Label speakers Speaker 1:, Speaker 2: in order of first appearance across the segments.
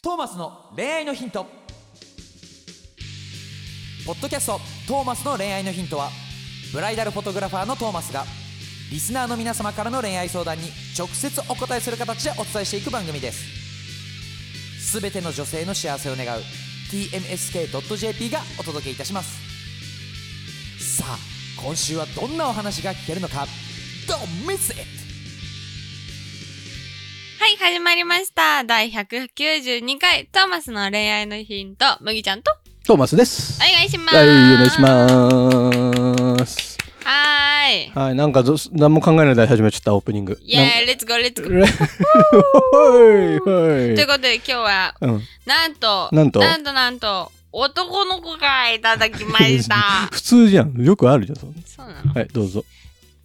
Speaker 1: トーマスの恋愛のヒントポッドキャスト「トーマスの恋愛のヒントは」ブライダルフォトグラファーのトーマスがリスナーの皆様からの恋愛相談に直接お答えする形でお伝えしていく番組ですすべての女性の幸せを願う TMSK.jp がお届けいたしますさあ今週はどんなお話が聞けるのか Don't miss it!
Speaker 2: はい、始まりました。第192回、トーマスの恋愛のヒント、麦ちゃんと、
Speaker 3: トーマスです
Speaker 2: お。願いします。
Speaker 3: はい、お願いします。
Speaker 2: す。はーい。
Speaker 3: はい、なんかぞ何も考えないで始めちゃったオープニング。
Speaker 2: イェーイ、レッツゴー、レッツゴー。
Speaker 3: なんかはい
Speaker 2: という
Speaker 3: は
Speaker 2: ことで、今日は、
Speaker 3: い。うん、
Speaker 2: なんと、
Speaker 3: なんと
Speaker 2: なんと、なんと男の子がいただきま した。
Speaker 3: 普通じゃん。よくあるじゃん。そんな
Speaker 2: そうなの
Speaker 3: はい、どうぞ。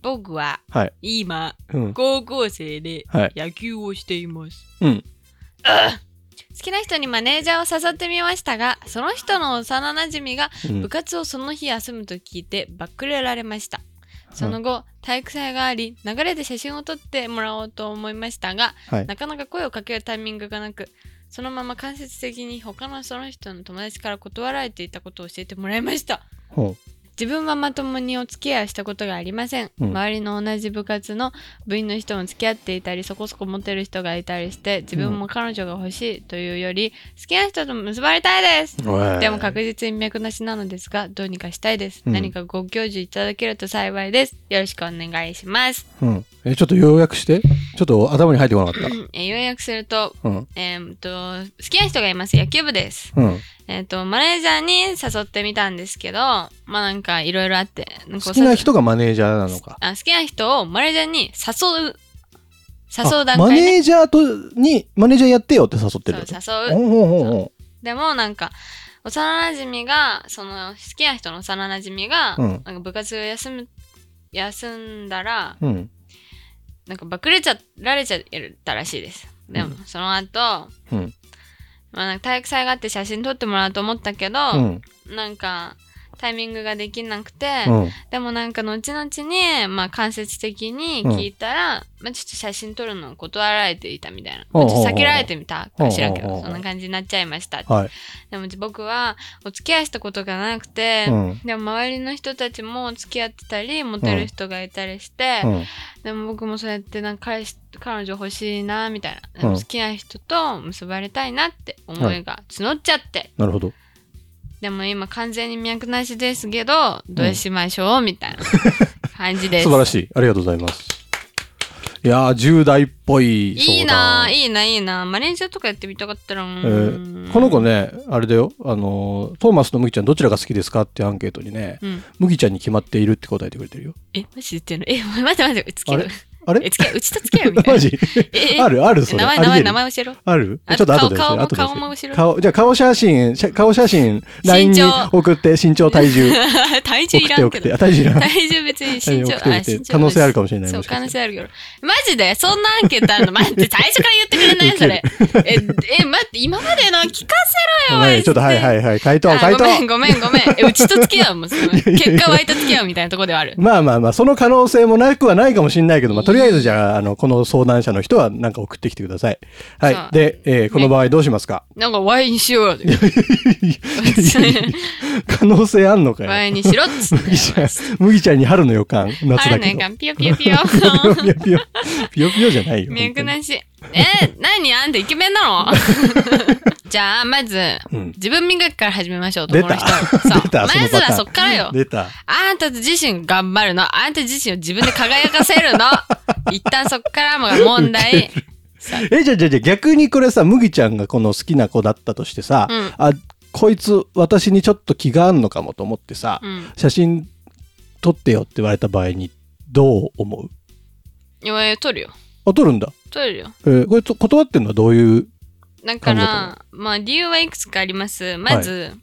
Speaker 2: 僕は、
Speaker 3: はい。
Speaker 2: 今、
Speaker 3: うん。
Speaker 2: 高校生で
Speaker 3: はい。
Speaker 2: 野球をしています。
Speaker 3: うん。
Speaker 2: 好きな人にマネージャーを誘ってみましたが、その人の幼馴染みが
Speaker 3: うん
Speaker 2: 部活をその日休むと聞いてバックレられましたその後体育祭があり流れで写真を撮ってもらおうと思いましたが
Speaker 3: はい。
Speaker 2: なかなか声をかけるタイミングがなくそのまま間接的に他のその人の友達から断られていたことを教えてもらいました
Speaker 3: ほ
Speaker 2: 自分はまともにお付き合いをしたことがありません、
Speaker 3: うん
Speaker 2: 周りの同じ部活の部員の人も付き合っていたりそこそこモテる人がいたりして自分も彼女が欲しいというより好きな人と結ばれたいです
Speaker 3: うおい
Speaker 2: でも確実に脈なしなのですが、どうにかしたいです。
Speaker 3: うん
Speaker 2: 何かご教授いただけると幸いです。よろしくお願いします。
Speaker 3: うん。え、ちょっと要約して。ちょっと頭に入ってこなかっ
Speaker 2: えー要約すると、
Speaker 3: た。うん。
Speaker 2: えーっと、好きな人がいます。野球部です。
Speaker 3: うん。
Speaker 2: えーっと、マネージャーに誘ってみたんですけど、まあなんかいろいろあって。好
Speaker 3: 好きな人がマネージャーなのか。
Speaker 2: あ好きな人をマネージャーに誘う。誘う
Speaker 3: あ
Speaker 2: 段
Speaker 3: マ
Speaker 2: 階
Speaker 3: ネ
Speaker 2: ね。
Speaker 3: ージャーとに、マネージャーやってよって誘ってるってこ
Speaker 2: そう、誘う。
Speaker 3: と。ほんほんほんほん。
Speaker 2: でもなんか、幼馴染が、その好きな人の幼馴染が、
Speaker 3: うん
Speaker 2: なんか部活を休む、休んだら、
Speaker 3: うん。
Speaker 2: なんか爆れちゃられちゃったらしいです。でも、
Speaker 3: う
Speaker 2: その後、
Speaker 3: うん。
Speaker 2: まあ、なんか体育祭があって写真撮ってもらおうと思ったけど、
Speaker 3: うん。
Speaker 2: なんかタイミングができなくて、
Speaker 3: うん。
Speaker 2: でもなんか後々に、まあ、間接的に聞いたら、まあ、ちょっと写真撮るのを断られていたみたいな、
Speaker 3: ほうほうほう
Speaker 2: まあちょっと避けられてみたかしらんけど、
Speaker 3: ほうほうほう
Speaker 2: そんな感じになっちゃいました、
Speaker 3: はい。
Speaker 2: でも僕はお付き合いしたことがなくて、
Speaker 3: うん。
Speaker 2: でも周りの人たちも付き合ってたりモテる人がいたりして、
Speaker 3: うん。
Speaker 2: でも僕もそうやってなんか彼氏彼女欲しいなみたいな、でも
Speaker 3: うん
Speaker 2: 好きな人と結ばれたいなって思いが募っちゃって、
Speaker 3: なるほど。
Speaker 2: でも今完全に脈なしですけどどうしましょうみたい な感じです。
Speaker 3: 素晴らしい。ありがとうございます。いやー、10代っぽい相談。
Speaker 2: いいないいないいなマネージャーとかやってみたかったら、
Speaker 3: えーこの子ね、あれだよ、あのートーマスとムギちゃんどちらが好きですかっていうアンケートにね、
Speaker 2: うん、
Speaker 3: ムギちゃんに決まっているって答えてくれてるよ。
Speaker 2: えマジで言ってんのえ待って待って付き合
Speaker 3: あ
Speaker 2: う
Speaker 3: あ
Speaker 2: え
Speaker 3: れ
Speaker 2: 付き合ううちと付き合うみたいな
Speaker 3: マジ
Speaker 2: ええ
Speaker 3: あるあるそ
Speaker 2: え
Speaker 3: れ。
Speaker 2: 名前
Speaker 3: あり
Speaker 2: 名前
Speaker 3: 得る
Speaker 2: 名前教え ろ
Speaker 3: ある
Speaker 2: あ
Speaker 3: ちょっと後で
Speaker 2: 顔顔も
Speaker 3: 後で
Speaker 2: 顔も後ろ
Speaker 3: 顔、じゃあ顔写真、写顔写真、LINE に送って、身長、体重、
Speaker 2: 体重い
Speaker 3: 送って
Speaker 2: らん
Speaker 3: 送
Speaker 2: け
Speaker 3: って。
Speaker 2: ど
Speaker 3: あ、体重い らん。
Speaker 2: 体重別に身長
Speaker 3: 体重
Speaker 2: あ
Speaker 3: 送って
Speaker 2: 身
Speaker 3: みて
Speaker 2: 長
Speaker 3: 可能性あるかもしれない。
Speaker 2: そう、
Speaker 3: もしか
Speaker 2: 可能
Speaker 3: して
Speaker 2: 性あるけど。マジでそんなアンケートあるの待って、最初から言ってくれない それ。え、え、待って、今までの聞かせろよ、マ
Speaker 3: は
Speaker 2: ジで
Speaker 3: い、ちょっと、はいはいはい。回答、
Speaker 2: あ
Speaker 3: 回
Speaker 2: ご
Speaker 3: 答。
Speaker 2: めん、ごめん、ごめん。え、うちと付き合うもん、その結果、ワイと付き合うみたいなとこではある。
Speaker 3: まあまあまあ、その可能性もなくはないかもしれないけど、まあ、とりあえずじゃあ、あの、この相談者の人はなんか送ってきてください。は
Speaker 2: そう
Speaker 3: い。で、えーこの場合どうしますか
Speaker 2: なんか、ワイにしようよ。
Speaker 3: 可能性あんのか
Speaker 2: ワ
Speaker 3: よ。
Speaker 2: イにしろっつ って。
Speaker 3: 麦ちゃん、麦ちゃんに春の予感、夏
Speaker 2: あ
Speaker 3: だ
Speaker 2: るね
Speaker 3: け
Speaker 2: ん
Speaker 3: ど。
Speaker 2: か、ピヨピヨピヨ。
Speaker 3: ピヨピヨ、ピヨピヨじゃないよ。
Speaker 2: 脈なし。え、何あんたイケメン なのじゃあ、まず、
Speaker 3: うん
Speaker 2: 自分磨きから始めましょう、
Speaker 3: 出
Speaker 2: 男の
Speaker 3: た
Speaker 2: 人そう。
Speaker 3: 出たその
Speaker 2: まず
Speaker 3: パタ
Speaker 2: は
Speaker 3: ーン
Speaker 2: そっからよ。
Speaker 3: 出た。
Speaker 2: あんた自身頑張るの。あんた自身を自分で輝かせる の。一旦そっからもが問題。さ
Speaker 3: え、じゃあじゃあじゃあ逆にこれさ、麦ちゃんがこの好きな子だったとしてさ、
Speaker 2: うん
Speaker 3: あ、こいつ私にちょっと気があんのかもと思ってさ、
Speaker 2: うん。
Speaker 3: 写真撮ってよって言われた場合にどう思う
Speaker 2: いやいや、取るよ。
Speaker 3: あ、撮るんだ。
Speaker 2: 取るよ。
Speaker 3: えーこれと断ってんのはどういう、
Speaker 2: だか
Speaker 3: 感
Speaker 2: ら、まあ理由はいくつかあります。まず、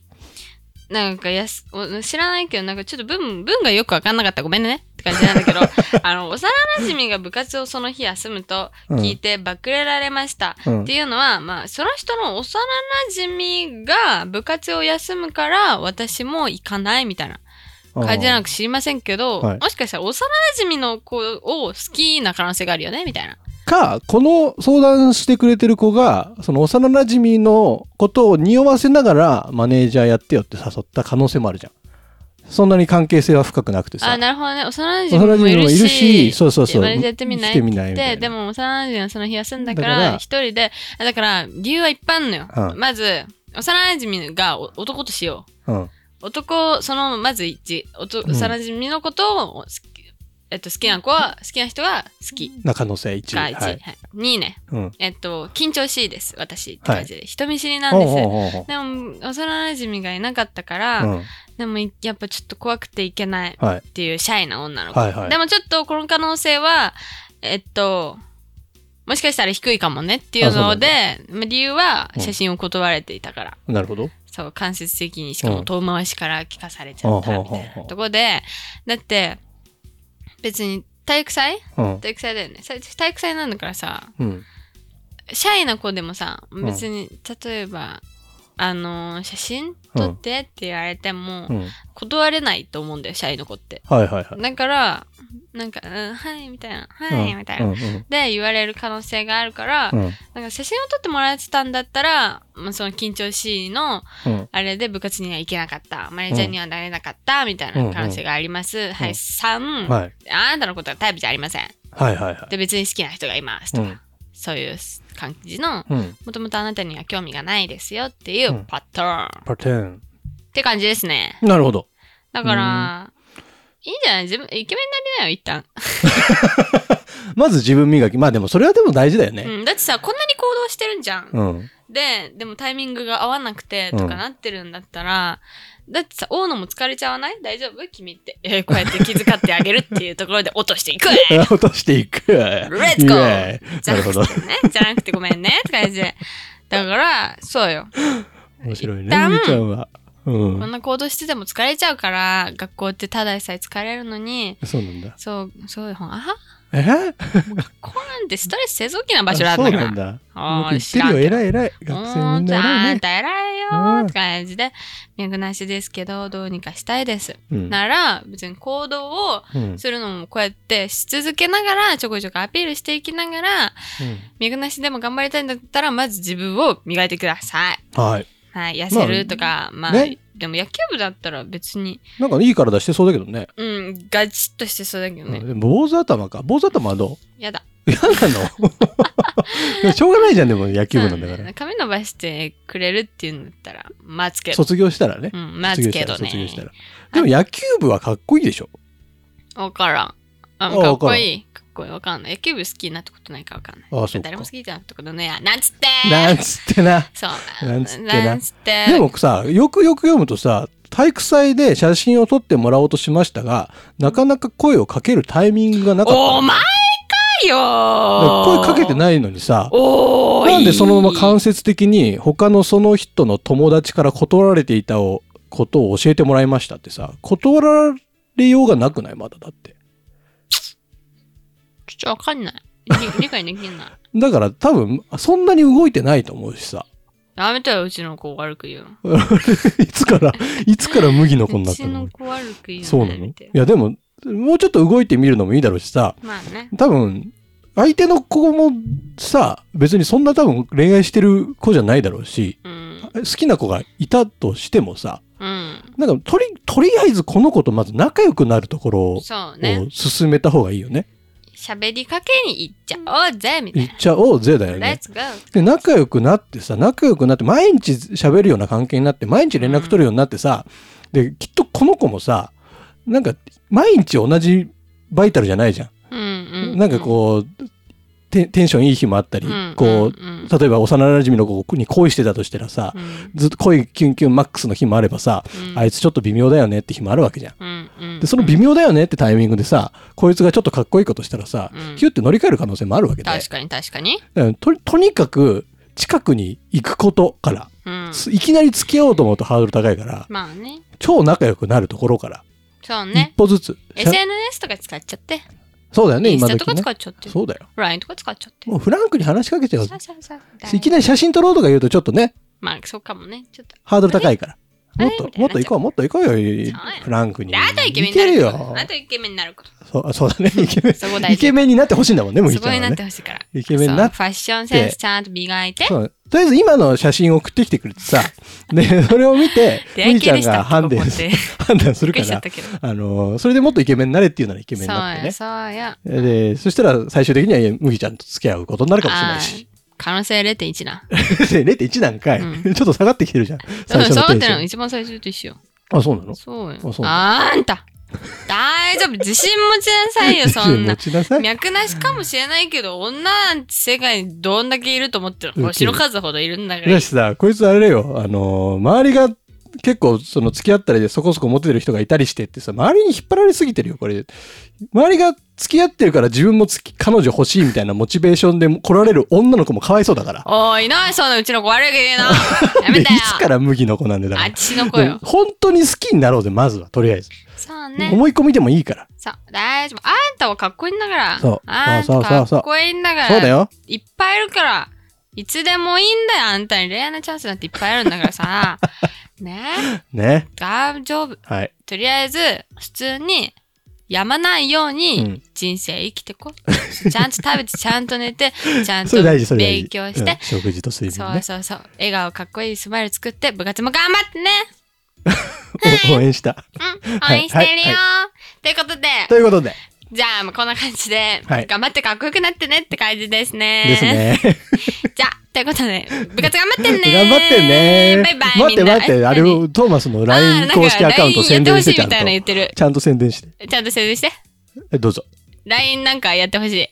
Speaker 2: なんかやすお知らないけど、なんかちょっと文文がよくわかんなかった。ごめんね。って感じなんだ けど、あの、幼馴染が部活をその日休むと聞いてバックレられました。
Speaker 3: うん
Speaker 2: っていうのは、まあ、その人の幼馴染が部活を休むから私も行かないみたいな感じなの
Speaker 3: く
Speaker 2: か知りませんけど、
Speaker 3: はい
Speaker 2: もしかしたら幼馴染の子を好きな可能性があるよねみたいな。
Speaker 3: か、この相談してくれてる子が、その幼馴染のことを匂わせながら、マネージャーやってよって誘った可能性もあるじゃん。そんなに関係性は深くなくて
Speaker 2: あ
Speaker 3: さ。
Speaker 2: なるほどね幼馴染もいる
Speaker 3: 幼馴染も
Speaker 2: し
Speaker 3: いるしそうそうそう
Speaker 2: マネージャーやってみない
Speaker 3: 来てみない
Speaker 2: っ
Speaker 3: みたい
Speaker 2: て
Speaker 3: な
Speaker 2: でも幼馴染はその日休んだか
Speaker 3: だからら
Speaker 2: 一人であだから理由はいっぱいあんのよ、
Speaker 3: うん
Speaker 2: まず幼馴染がお男としよ
Speaker 3: うん。
Speaker 2: う男そのまず一おと
Speaker 3: うん
Speaker 2: 幼馴染のことを好き、えっと、好きな子は好きな人は好き
Speaker 3: な可能性1。
Speaker 2: が1、
Speaker 3: は
Speaker 2: はい
Speaker 3: い。
Speaker 2: 2ね
Speaker 3: うん。
Speaker 2: えっと緊張しいです私って感じで、人見知りなん
Speaker 3: ほう
Speaker 2: です
Speaker 3: ほうほうほう
Speaker 2: でも幼馴染がいなかったから、
Speaker 3: うん。
Speaker 2: でもやっぱちょっと怖くていけない
Speaker 3: はい。
Speaker 2: っていうシャイな女の子、
Speaker 3: はいはい
Speaker 2: でもちょっとこの可能性はえっともしかしたら低いかもねっていうのでまあ理由は
Speaker 3: うん
Speaker 2: 写真を断られていたから、
Speaker 3: なるほど。
Speaker 2: そう間接的にしか
Speaker 3: う
Speaker 2: も
Speaker 3: ん
Speaker 2: 遠回しから聞かされちゃったみた
Speaker 3: ほうほう
Speaker 2: い
Speaker 3: ほ
Speaker 2: な
Speaker 3: う
Speaker 2: とこでだって別に体育祭
Speaker 3: うん。
Speaker 2: 体育祭だよねさ体育祭なんだからさ
Speaker 3: うん。
Speaker 2: シャイな子でもさ
Speaker 3: ん
Speaker 2: 別に、例えばあのー写真撮ってって言われても、
Speaker 3: うん。
Speaker 2: 断れないと思うんだよシャイの子って
Speaker 3: はいはいはい。
Speaker 2: だからなんか「うんはい」みたいな「はい」みたいな、
Speaker 3: うんうん
Speaker 2: で言われる可能性があるから、
Speaker 3: うん。
Speaker 2: なんか写真を撮ってもらえてたんだったら、まあ、その緊張しいの
Speaker 3: うん。
Speaker 2: あれで部活には行けなかったマネージャーにはなれなかったみたいな可能性があります、はい3、
Speaker 3: はい。
Speaker 2: あなたのことはタイプじゃありません
Speaker 3: はいはいはい。
Speaker 2: で別に好きな人がいます
Speaker 3: う
Speaker 2: とか、
Speaker 3: ん。
Speaker 2: そういう感じの
Speaker 3: うん。
Speaker 2: もともとあなたには興味がないですよっていううんパターン、っ
Speaker 3: パテン。
Speaker 2: て感じですね
Speaker 3: なるほど。
Speaker 2: だから、いいんじゃない自分、イケメンになりなよ、一旦。
Speaker 3: まず自分磨き。まあでもそれはでも大事だよね。
Speaker 2: うん。だってさ、こんなに行動してるんじゃん。
Speaker 3: うん。
Speaker 2: で、でもタイミングが合わなくてと
Speaker 3: うん
Speaker 2: かなってるんだったら、だってさ、大野も疲れちゃわない大丈夫君って。えーこうやって気遣ってあげるっていうところで落としていく
Speaker 3: 落としていく。
Speaker 2: !Let's go!
Speaker 3: イエーイ
Speaker 2: じゃ
Speaker 3: な
Speaker 2: な
Speaker 3: るほ
Speaker 2: く
Speaker 3: ど。
Speaker 2: てね、じゃなくてごめんねって感じで。だから、そうよ。
Speaker 3: 面白いね、
Speaker 2: 一旦
Speaker 3: ゆうちゃんは。
Speaker 2: こ
Speaker 3: う
Speaker 2: ん
Speaker 3: ん。
Speaker 2: な行動してても疲れちゃうから、学校ってただでさえ疲れるのに、
Speaker 3: そうなんだ。
Speaker 2: そう、そうよ。あは
Speaker 3: え
Speaker 2: こうなんてストレス製造機な場所
Speaker 3: あ
Speaker 2: なん
Speaker 3: そう
Speaker 2: だか
Speaker 3: な
Speaker 2: ら
Speaker 3: ん。だ。
Speaker 2: あー
Speaker 3: よく言ってるよ。
Speaker 2: 知ら
Speaker 3: 偉い偉い。
Speaker 2: ほ
Speaker 3: 学生みんな偉
Speaker 2: あ
Speaker 3: い
Speaker 2: ん
Speaker 3: ね。
Speaker 2: た偉いよ
Speaker 3: うん
Speaker 2: ーって感じで、見くなしですけど、どうにかしたいです。
Speaker 3: うん
Speaker 2: なら、別に行動を
Speaker 3: うん
Speaker 2: するのもこうやってし続けながら、ちょこちょこアピールしていきながら、見くなしでも頑張りたいんだったら、まず自分を磨いてください。
Speaker 3: うんはい。
Speaker 2: はい、痩せるとか、まあ、
Speaker 3: ね
Speaker 2: でも野球部だったら別に、
Speaker 3: なんかいい体してそうだけどね。
Speaker 2: うん、ガチッとしてそうだけど
Speaker 3: う
Speaker 2: ね。
Speaker 3: んでも坊主頭か。坊主頭はど
Speaker 2: やだ。
Speaker 3: う嫌なので もしょうがないじゃん、でも野球部なんだ
Speaker 2: そ
Speaker 3: か
Speaker 2: うね
Speaker 3: ら。
Speaker 2: 髪伸ばしてくれるっていうんだったら、待つけど。
Speaker 3: 卒業したらね
Speaker 2: う。ん、
Speaker 3: 卒
Speaker 2: 待つ
Speaker 3: 業
Speaker 2: け
Speaker 3: した
Speaker 2: ど
Speaker 3: ら、卒業した
Speaker 2: ね。
Speaker 3: ら。でも野球部はかっこいいでしょ。
Speaker 2: わからん。あ
Speaker 3: あ
Speaker 2: かっこいい。かっこいい。わかんない。野球部好きになったことないからわかんない。
Speaker 3: あそうか
Speaker 2: 誰も好きじゃなったことねえや。なんつって
Speaker 3: なんつってな。
Speaker 2: そう。
Speaker 3: なんつってな
Speaker 2: なんつって
Speaker 3: でもさ、よくよく読むとさ、体育祭で写真を撮ってもらおうとしましたが、なかなか声をかけるタイミングがなかった。
Speaker 2: お前かよ
Speaker 3: 声かけて
Speaker 2: い。
Speaker 3: ないのにさ、
Speaker 2: おーい
Speaker 3: なんでそのまま間接的に他のその人の友達から断られていたをことを教えてもらいましたってさ、断られようがなくないまだだって。
Speaker 2: ちょっとわかんない。理理 解できんない。
Speaker 3: だから多分、そんなに動いてないと思うしさ。
Speaker 2: やめたよ、うちの子悪く言うの。
Speaker 3: いつから、いつから麦の子にな
Speaker 2: う
Speaker 3: った
Speaker 2: ち
Speaker 3: の
Speaker 2: の子悪く言うの。
Speaker 3: そうなの
Speaker 2: やめ
Speaker 3: い
Speaker 2: てよ
Speaker 3: やでも、もうちょっと動いてみるのもいいだろうしさ、
Speaker 2: まあね。
Speaker 3: 多分相手の子もさ別にそんな多分恋愛してる子じゃないだろうし
Speaker 2: うん。
Speaker 3: 好きな子がいたとしてもさ
Speaker 2: うん。
Speaker 3: なんかとりとりあえずこの子とまず仲良くなるところを
Speaker 2: そうね。
Speaker 3: を進めた方がいいよね。
Speaker 2: 喋りかけに行っちゃおうぜ、みた
Speaker 3: 言
Speaker 2: い
Speaker 3: っちゃおうぜだよ
Speaker 2: な。
Speaker 3: ね。
Speaker 2: Let's go!
Speaker 3: で仲良くなってさ仲良くなって毎日喋るような関係になって毎日連絡取るようになってさ、できっとこの子もさなんか毎日同じバイタルじゃないじゃん。
Speaker 2: うんうん。
Speaker 3: なんかこうテテンションいい日もあったり、
Speaker 2: うん、
Speaker 3: こう
Speaker 2: うん
Speaker 3: 例えば幼馴染の子に恋してたとしたらさ、
Speaker 2: うん
Speaker 3: ずっと恋キュンキュンマックスの日もあればさ、
Speaker 2: うん
Speaker 3: あいつちょっと微妙だよねって日もあるわけじゃん。
Speaker 2: うんうん
Speaker 3: で、その微妙だよねってタイミングでさ、こいつがちょっとかっこいいことしたらさ、
Speaker 2: うん
Speaker 3: ヒュって乗り換える可能性もあるわけで。
Speaker 2: 確かに確かに。
Speaker 3: うんととにかく、近くに行くことから、
Speaker 2: うん。
Speaker 3: すいきなり付き合おうと思うとハードル高いから、
Speaker 2: まあね。
Speaker 3: 超仲良くなるところから、
Speaker 2: そう
Speaker 3: 一
Speaker 2: ね。
Speaker 3: 歩ずつ。しゃ
Speaker 2: SNS とか使っちゃって。
Speaker 3: そうだよね、
Speaker 2: イン
Speaker 3: 今
Speaker 2: スタ
Speaker 3: 時
Speaker 2: とか
Speaker 3: ね
Speaker 2: 使。っちゃって。
Speaker 3: そうだよ。
Speaker 2: LINE とか使っちゃって
Speaker 3: も。うフランクに話しかけちゃう。
Speaker 2: さあさあさあ
Speaker 3: いきなり写真撮ろうとか言うとちょっとね、
Speaker 2: まあ、そうかもね。ちょっと。
Speaker 3: ハードル高いから。もっ
Speaker 2: えーみ
Speaker 3: と、
Speaker 2: たいになっちゃう
Speaker 3: もっと行こう、もっと行こうよ
Speaker 2: そうや、
Speaker 3: フランクに。
Speaker 2: であとイケメン
Speaker 3: い
Speaker 2: になる
Speaker 3: け
Speaker 2: こ
Speaker 3: る
Speaker 2: と
Speaker 3: よ。
Speaker 2: あとイケメンになること。
Speaker 3: そうそうだ ね、イケメ
Speaker 2: そこ大
Speaker 3: ン。
Speaker 2: 事
Speaker 3: イケメンになってほしいんだもんね、麦
Speaker 2: す
Speaker 3: ちゃ
Speaker 2: ご
Speaker 3: ん
Speaker 2: いな
Speaker 3: は
Speaker 2: っ
Speaker 3: ね
Speaker 2: て。ほしいから。
Speaker 3: イケメンになって
Speaker 2: そうファッションセンスちゃんと磨いて。
Speaker 3: そうとりあえず今の写真を送ってきてくれてさ、 で、それを見て、
Speaker 2: 出会い
Speaker 3: 麦ち
Speaker 2: 系
Speaker 3: ゃん
Speaker 2: でした
Speaker 3: が判断す
Speaker 2: こ
Speaker 3: る
Speaker 2: こって
Speaker 3: 判断す
Speaker 2: びっ
Speaker 3: る
Speaker 2: く
Speaker 3: か
Speaker 2: りしちゃ
Speaker 3: ら
Speaker 2: った、けど。
Speaker 3: あの、それでもっとイケメンになれっていうならイケメン
Speaker 2: そう
Speaker 3: になって
Speaker 2: や、
Speaker 3: ね。
Speaker 2: そうや。
Speaker 3: で、そしたら最終的には麦ちゃんと付き合うことになるかもしれないし。
Speaker 2: あー可能性0.1な。
Speaker 3: で0.1なんかい、
Speaker 2: う
Speaker 3: ちょっと下がってきてるじゃん。最初
Speaker 2: そう
Speaker 3: の
Speaker 2: そ
Speaker 3: テ
Speaker 2: うっ
Speaker 3: ン
Speaker 2: て
Speaker 3: シ
Speaker 2: の
Speaker 3: ョン。
Speaker 2: 一番最初と一緒よ。
Speaker 3: あ、そうなの
Speaker 2: そう
Speaker 3: あ
Speaker 2: よ
Speaker 3: そ。う
Speaker 2: あんた。大丈夫。自信持ちなさいよ、そんな
Speaker 3: 持。ちなさい。
Speaker 2: 脈なしかもしれないけど、女なんて世界にどんだけいると思ってる
Speaker 3: うん
Speaker 2: の星の数ほどいるんだから
Speaker 3: だし。さ、こいつあれだよ、あのー周りが結構その付き合ったりでそこそこモテてる人がいたりしてってさ、周りに引っ張られすぎてるよ、これ。周りが付き合ってるから自分もつき彼女欲しいみたいなモチベーションで来られる女の子もかわいそうだから。
Speaker 2: おい、なにそんなうちの子悪いけど言うな。やめ
Speaker 3: でい
Speaker 2: たよ。
Speaker 3: つから麦の子なんでだか
Speaker 2: あ
Speaker 3: ら
Speaker 2: っ。ちの子よ。
Speaker 3: 本当に好きになろうぜ、まずは、とりあえず。
Speaker 2: そうね。
Speaker 3: 思い込みでもいいから。
Speaker 2: そう、大丈夫。あんたはかっこいいんだから。
Speaker 3: そう
Speaker 2: あん
Speaker 3: そう
Speaker 2: た
Speaker 3: そうそうそ
Speaker 2: か
Speaker 3: う
Speaker 2: っこいいんだから。
Speaker 3: そうだよ。
Speaker 2: いっぱいいるから。いつでもいいんだよ。あんたに恋愛のチャンスなんていっぱいあるんだからさ。ねえ
Speaker 3: ね。
Speaker 2: 大丈夫。
Speaker 3: はい。
Speaker 2: とりあえず、普通に、やまないよう
Speaker 3: う
Speaker 2: に
Speaker 3: ん
Speaker 2: 人生生きてこ。 ちゃんと食べて、ちゃんと寝 て、ちゃん
Speaker 3: そ
Speaker 2: と
Speaker 3: れ大事、それ大事。
Speaker 2: 勉強して
Speaker 3: うん、食事と睡眠
Speaker 2: そう
Speaker 3: ね。
Speaker 2: そうそう。笑顔かっこいいスマイル作って、部活も頑張ってね。
Speaker 3: お 応援した。
Speaker 2: うん、応援してるよ。ということで、
Speaker 3: ということで、
Speaker 2: じゃあ、もうこんな感じで、
Speaker 3: はい
Speaker 2: 頑張ってかっこよくなってねって感じですね。
Speaker 3: ですね。
Speaker 2: じゃあ、ということで、部活頑張ってね
Speaker 3: 頑張ってね。
Speaker 2: バイバイ。
Speaker 3: 待って
Speaker 2: みんな
Speaker 3: 待って、あれ、
Speaker 2: 何
Speaker 3: をトーマスの
Speaker 2: あー
Speaker 3: LINE 公式アカウント宣伝してち
Speaker 2: な
Speaker 3: ゃ
Speaker 2: ん
Speaker 3: ん
Speaker 2: か LINE やってほしいみたいなの言って
Speaker 3: と。ちゃんと宣伝して。
Speaker 2: る。ちゃんと宣伝して。
Speaker 3: えどうぞ。
Speaker 2: LINE なんかやってほ し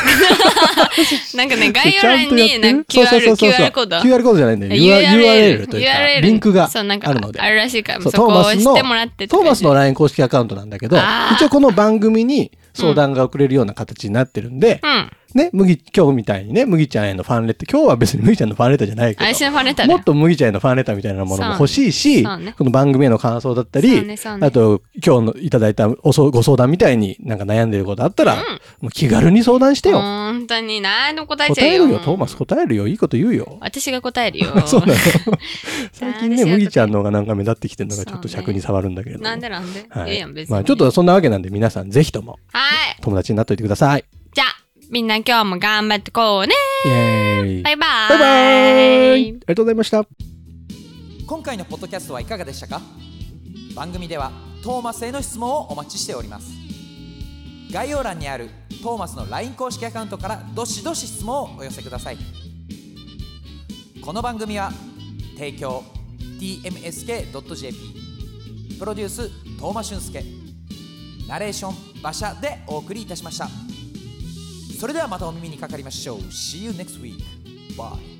Speaker 2: い。なんかね、概要
Speaker 3: ちゃん
Speaker 2: 欄
Speaker 3: とやって
Speaker 2: にな
Speaker 3: る
Speaker 2: んか
Speaker 3: そうそうそ
Speaker 2: QR,
Speaker 3: うそう
Speaker 2: QR コード
Speaker 3: QR コードじゃないんだよ。URL というか、リンクが
Speaker 2: そうなんか
Speaker 3: あるので
Speaker 2: あ。るらしいから、
Speaker 3: そ
Speaker 2: そうこを
Speaker 3: トーマ
Speaker 2: 押
Speaker 3: スの
Speaker 2: してもらってって
Speaker 3: トーマスの
Speaker 2: 感
Speaker 3: LINE 公式アカウントなんだけど、
Speaker 2: あー
Speaker 3: 一応この番組に相談が送れるような形になってるんで、
Speaker 2: じうん。
Speaker 3: ね、麦、今日みたいにね、麦ちゃんへのファンレター、今日は別に麦ちゃんのファンレターじゃないけど
Speaker 2: 私、のファンレターだ
Speaker 3: も
Speaker 2: よ
Speaker 3: っ。と麦ちゃんへのファンレターみたいなものも欲しいし、
Speaker 2: そうね
Speaker 3: この番組への感想だった
Speaker 2: そ
Speaker 3: り、
Speaker 2: うねそうね
Speaker 3: あと今日のいただいたおそご相談みたいになんか悩んでることあったら、もう気軽に相談してよ。
Speaker 2: 本当に何でも答えちゃ
Speaker 3: 答
Speaker 2: う
Speaker 3: え
Speaker 2: よ。
Speaker 3: るよ、トーマス答えるよ、いいこと言うよ。
Speaker 2: 私が答えるよ。
Speaker 3: そうな の最近ね、
Speaker 2: 私は
Speaker 3: 麦ちゃんの方がなんか目立ってきてるのがちょっと
Speaker 2: そうね
Speaker 3: 尺に触るんだけれども。
Speaker 2: なんでなんで、、
Speaker 3: はい
Speaker 2: いやん、別に。
Speaker 3: まあちょっとそんなわけなんで皆さんぜひとも
Speaker 2: はい。
Speaker 3: 友達になっておいてください。
Speaker 2: じゃあ、みんな今日も頑張ってこうね。
Speaker 3: イエーイ。
Speaker 2: バイバ
Speaker 3: バイバー
Speaker 2: ー
Speaker 3: イありがとうございました。
Speaker 1: 今回のポッドキャストはいかがでしたか番組ではトーマスへの質問をお待ちしております概要欄にあるトーマスの LINE 公式アカウントからどしどし質問をお寄せくださいこの番組は提供 tmsk.jp プロデューストーマ俊介ナレーション馬車でお送りいたしましたそれではまたお耳にかかりましょう See you next week Bye